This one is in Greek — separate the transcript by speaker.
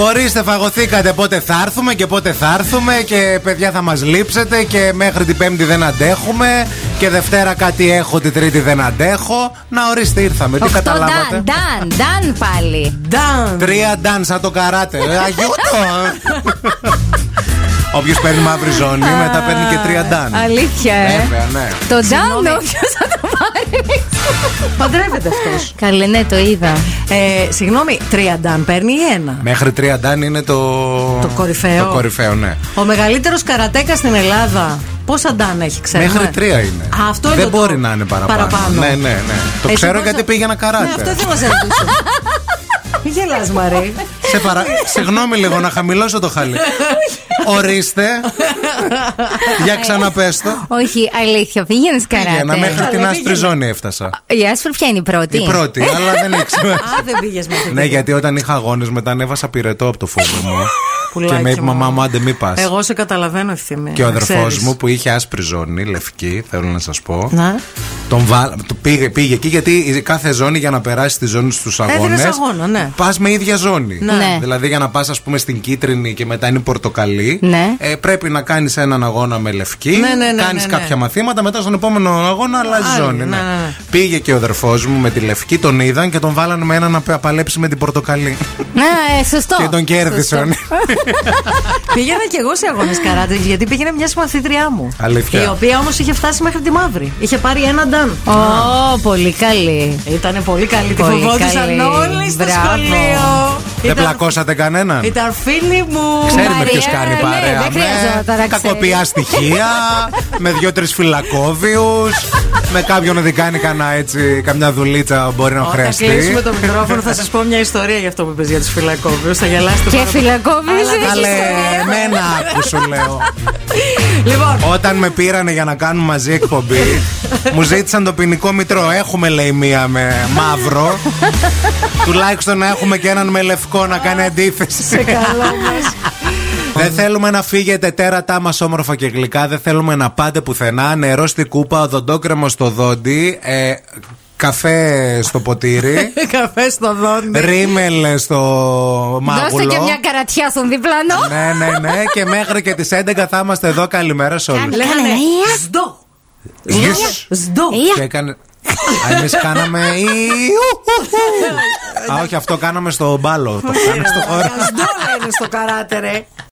Speaker 1: Ορίστε, φαγωθήκατε πότε θα έρθουμε και πότε θα έρθουμε και παιδιά θα μας λείψετε και μέχρι την Πέμπτη δεν αντέχουμε και Δευτέρα κάτι έχω, την Τρίτη δεν αντέχω. Να ορίστε, ήρθαμε. Τι
Speaker 2: Αυτό
Speaker 1: καταλάβατε.
Speaker 2: Νταν, Νταν, Νταν πάλι.
Speaker 3: Νταν.
Speaker 1: Τρία ντάν σαν το καράτε. Ε, Αγιώτο. Όποιος παίρνει μαύρη ζώνη, μετά παίρνει και τρία ντάν.
Speaker 2: Αλήθεια, ε.
Speaker 1: Βέβαια, ναι.
Speaker 2: Το Νταν, όποιος θα το πάρει.
Speaker 3: Παντρεύεται αυτός.
Speaker 2: Καλέ, ναι, το είδα.
Speaker 3: Ε, συγγνώμη, τρία ντάν παίρνει ή ένα.
Speaker 1: Μέχρι τρία ντάν είναι το.
Speaker 3: Το κορυφαίο.
Speaker 1: Το κορυφαίο, ναι.
Speaker 3: Ο μεγαλύτερος καρατέκας στην Ελλάδα. Πόσα ντάν έχει, ξέρουμε.
Speaker 1: Μέχρι τρία είναι.
Speaker 3: Α, αυτό
Speaker 1: δεν
Speaker 3: είναι το-
Speaker 1: μπορεί να είναι παραπάνω.
Speaker 3: παραπάνω.
Speaker 1: Ναι, ναι, ναι. Το
Speaker 3: Εσύ
Speaker 1: ξέρω
Speaker 3: πόσα-
Speaker 1: γιατί πήγαινα καράτε.
Speaker 3: Ναι, αυτό θέλω να σε ρωτήσω. Μην γελάς Μαρή.
Speaker 1: Σε παρα... Συγγνώμη λίγο να χαμηλώσω το χαλί. Ορίστε. Για ξαναπέστο.
Speaker 2: Όχι, αλήθεια, πήγαινες
Speaker 3: Ε,
Speaker 1: Για να
Speaker 2: καράτε.
Speaker 1: μέχρι την
Speaker 3: Καλά,
Speaker 1: άστρη
Speaker 3: πήγαινε.
Speaker 1: ζώνη έφτασα.
Speaker 2: Η Άσπρη ποια είναι η πρώτη.
Speaker 1: Η πρώτη,
Speaker 3: Ε.
Speaker 1: αλλά δεν ήξερα.
Speaker 3: Α, δεν πήγες με αυτή.
Speaker 1: Ναι, γιατί όταν είχα αγώνες μετά ανέβασα πυρετό από το φόβο μου. και
Speaker 3: Πουλάκι
Speaker 1: με είπε
Speaker 3: μου.
Speaker 1: μαμά μου, άντε μη πας.
Speaker 3: Εγώ σε καταλαβαίνω ευθύμη.
Speaker 1: Και ο
Speaker 3: να
Speaker 1: αδερφό
Speaker 3: ξέρεις. Ναι.
Speaker 1: μου που είχε άσπρη ζώνη, λευκή, θέλω να σας πω.
Speaker 3: Να.
Speaker 1: Τον βάλ, του πήγε, πήγε εκεί γιατί η κάθε ζώνη για να περάσει τη ζώνη στους
Speaker 3: Έδινες
Speaker 1: αγώνε.
Speaker 3: αγώνα, ναι.
Speaker 1: Πας με ίδια ζώνη.
Speaker 2: Ναι.
Speaker 1: Δηλαδή για να πας, ας πούμε, στην κίτρινη και μετά είναι η πορτοκαλί.
Speaker 2: Ναι.
Speaker 1: Ε, πρέπει να κάνεις έναν αγώνα με λευκή.
Speaker 3: Ναι, ναι, ναι, ναι,
Speaker 1: κάνεις
Speaker 3: ναι.
Speaker 1: κάποια μαθήματα. Μετά στον επόμενο αγώνα αλλάζει
Speaker 3: άλλη,
Speaker 1: ζώνη.
Speaker 3: ναι, ναι, ναι.
Speaker 1: Πήγε και ο αδερφός μου με τη λευκή, τον είδαν και τον βάλανε με έναν να παλέψει με την πορτοκαλί.
Speaker 2: Ναι, ε, σωστό.
Speaker 1: και τον κέρδισαν.
Speaker 3: Πήγαινα κι εγώ σε αγώνες καράτες, γιατί πήγαινε μια συμμαθήτριά μου.
Speaker 1: Αλήθεια.
Speaker 3: Η οποία όμως είχε φτάσει μέχρι τη μαύρη. Είχε πάρει ένα νταν.
Speaker 2: Ω, πολύ καλή.
Speaker 3: Ήταν πολύ καλή. Τη
Speaker 2: Πολύ
Speaker 3: φοβόντουσαν
Speaker 2: καλή.
Speaker 3: όλοι στο
Speaker 2: Μπράβο.
Speaker 3: σχολείο.
Speaker 1: Δεν
Speaker 3: Ήταν-
Speaker 1: πλακώσατε κανέναν.
Speaker 3: Ήταν φίλοι μου.
Speaker 1: Ξέρουμε
Speaker 2: Μαρία,
Speaker 1: ποιος κάνει
Speaker 2: ναι,
Speaker 1: παρέα.
Speaker 2: δεν χρειάζεται να τα
Speaker 1: με κακοποιά στοιχεία, με δύο-τρει φυλακόβιους, με κάποιον να την κάνει κανένα έτσι, καμιά δουλίτσα μπορεί να
Speaker 3: Όταν
Speaker 1: χρειαστεί.
Speaker 3: κλείσουμε το μικρόφωνο θα σας πω μια ιστορία για αυτό που είπες για τους φυλακόβιους. Θα γελάσετε
Speaker 2: Και
Speaker 3: πάρα πολύ.
Speaker 2: φυλακόβιζε.
Speaker 1: Καλέ, εμένα άκου σου λέω.
Speaker 3: Λοιπόν,
Speaker 1: Όταν με πήρανε για να κάνουμε μαζί εκπομπή, μου ζήτησαν το ποινικό μητρό. Έχουμε, λέει, μία με μαύρο. Τουλάχιστον να έχουμε και έναν με λευκό να κάνει αντίθεση. Δεν θέλουμε να φύγετε τέρατά μας όμορφα και γλυκά. Δεν θέλουμε να πάτε πουθενά. Νερό στην κούπα, οδοντόκρεμο στο δόντι. Ε, καφέ στο ποτήρι.
Speaker 3: καφέ στο δόντι.
Speaker 1: ρίμελ στο
Speaker 2: Ναι. Δώστε
Speaker 1: μάγουλο.
Speaker 2: και μια καρατιά στον διπλανό.
Speaker 1: ναι, ναι, ναι. Και μέχρι και τις 11 θα είμαστε εδώ. Καλημέρα σε όλους.
Speaker 3: Λέγανε
Speaker 2: Κάνε μία.
Speaker 3: σντο.
Speaker 1: Γιους.
Speaker 3: Σντο.
Speaker 2: Ή-
Speaker 1: Και έκανε. Εμείς κάναμε. Ιου-χου-χου. Α, όχι, αυτό κάναμε στο μπάλο. Το κάναμε στο χώρο.
Speaker 3: Σντο λένε στο καράτε ρε.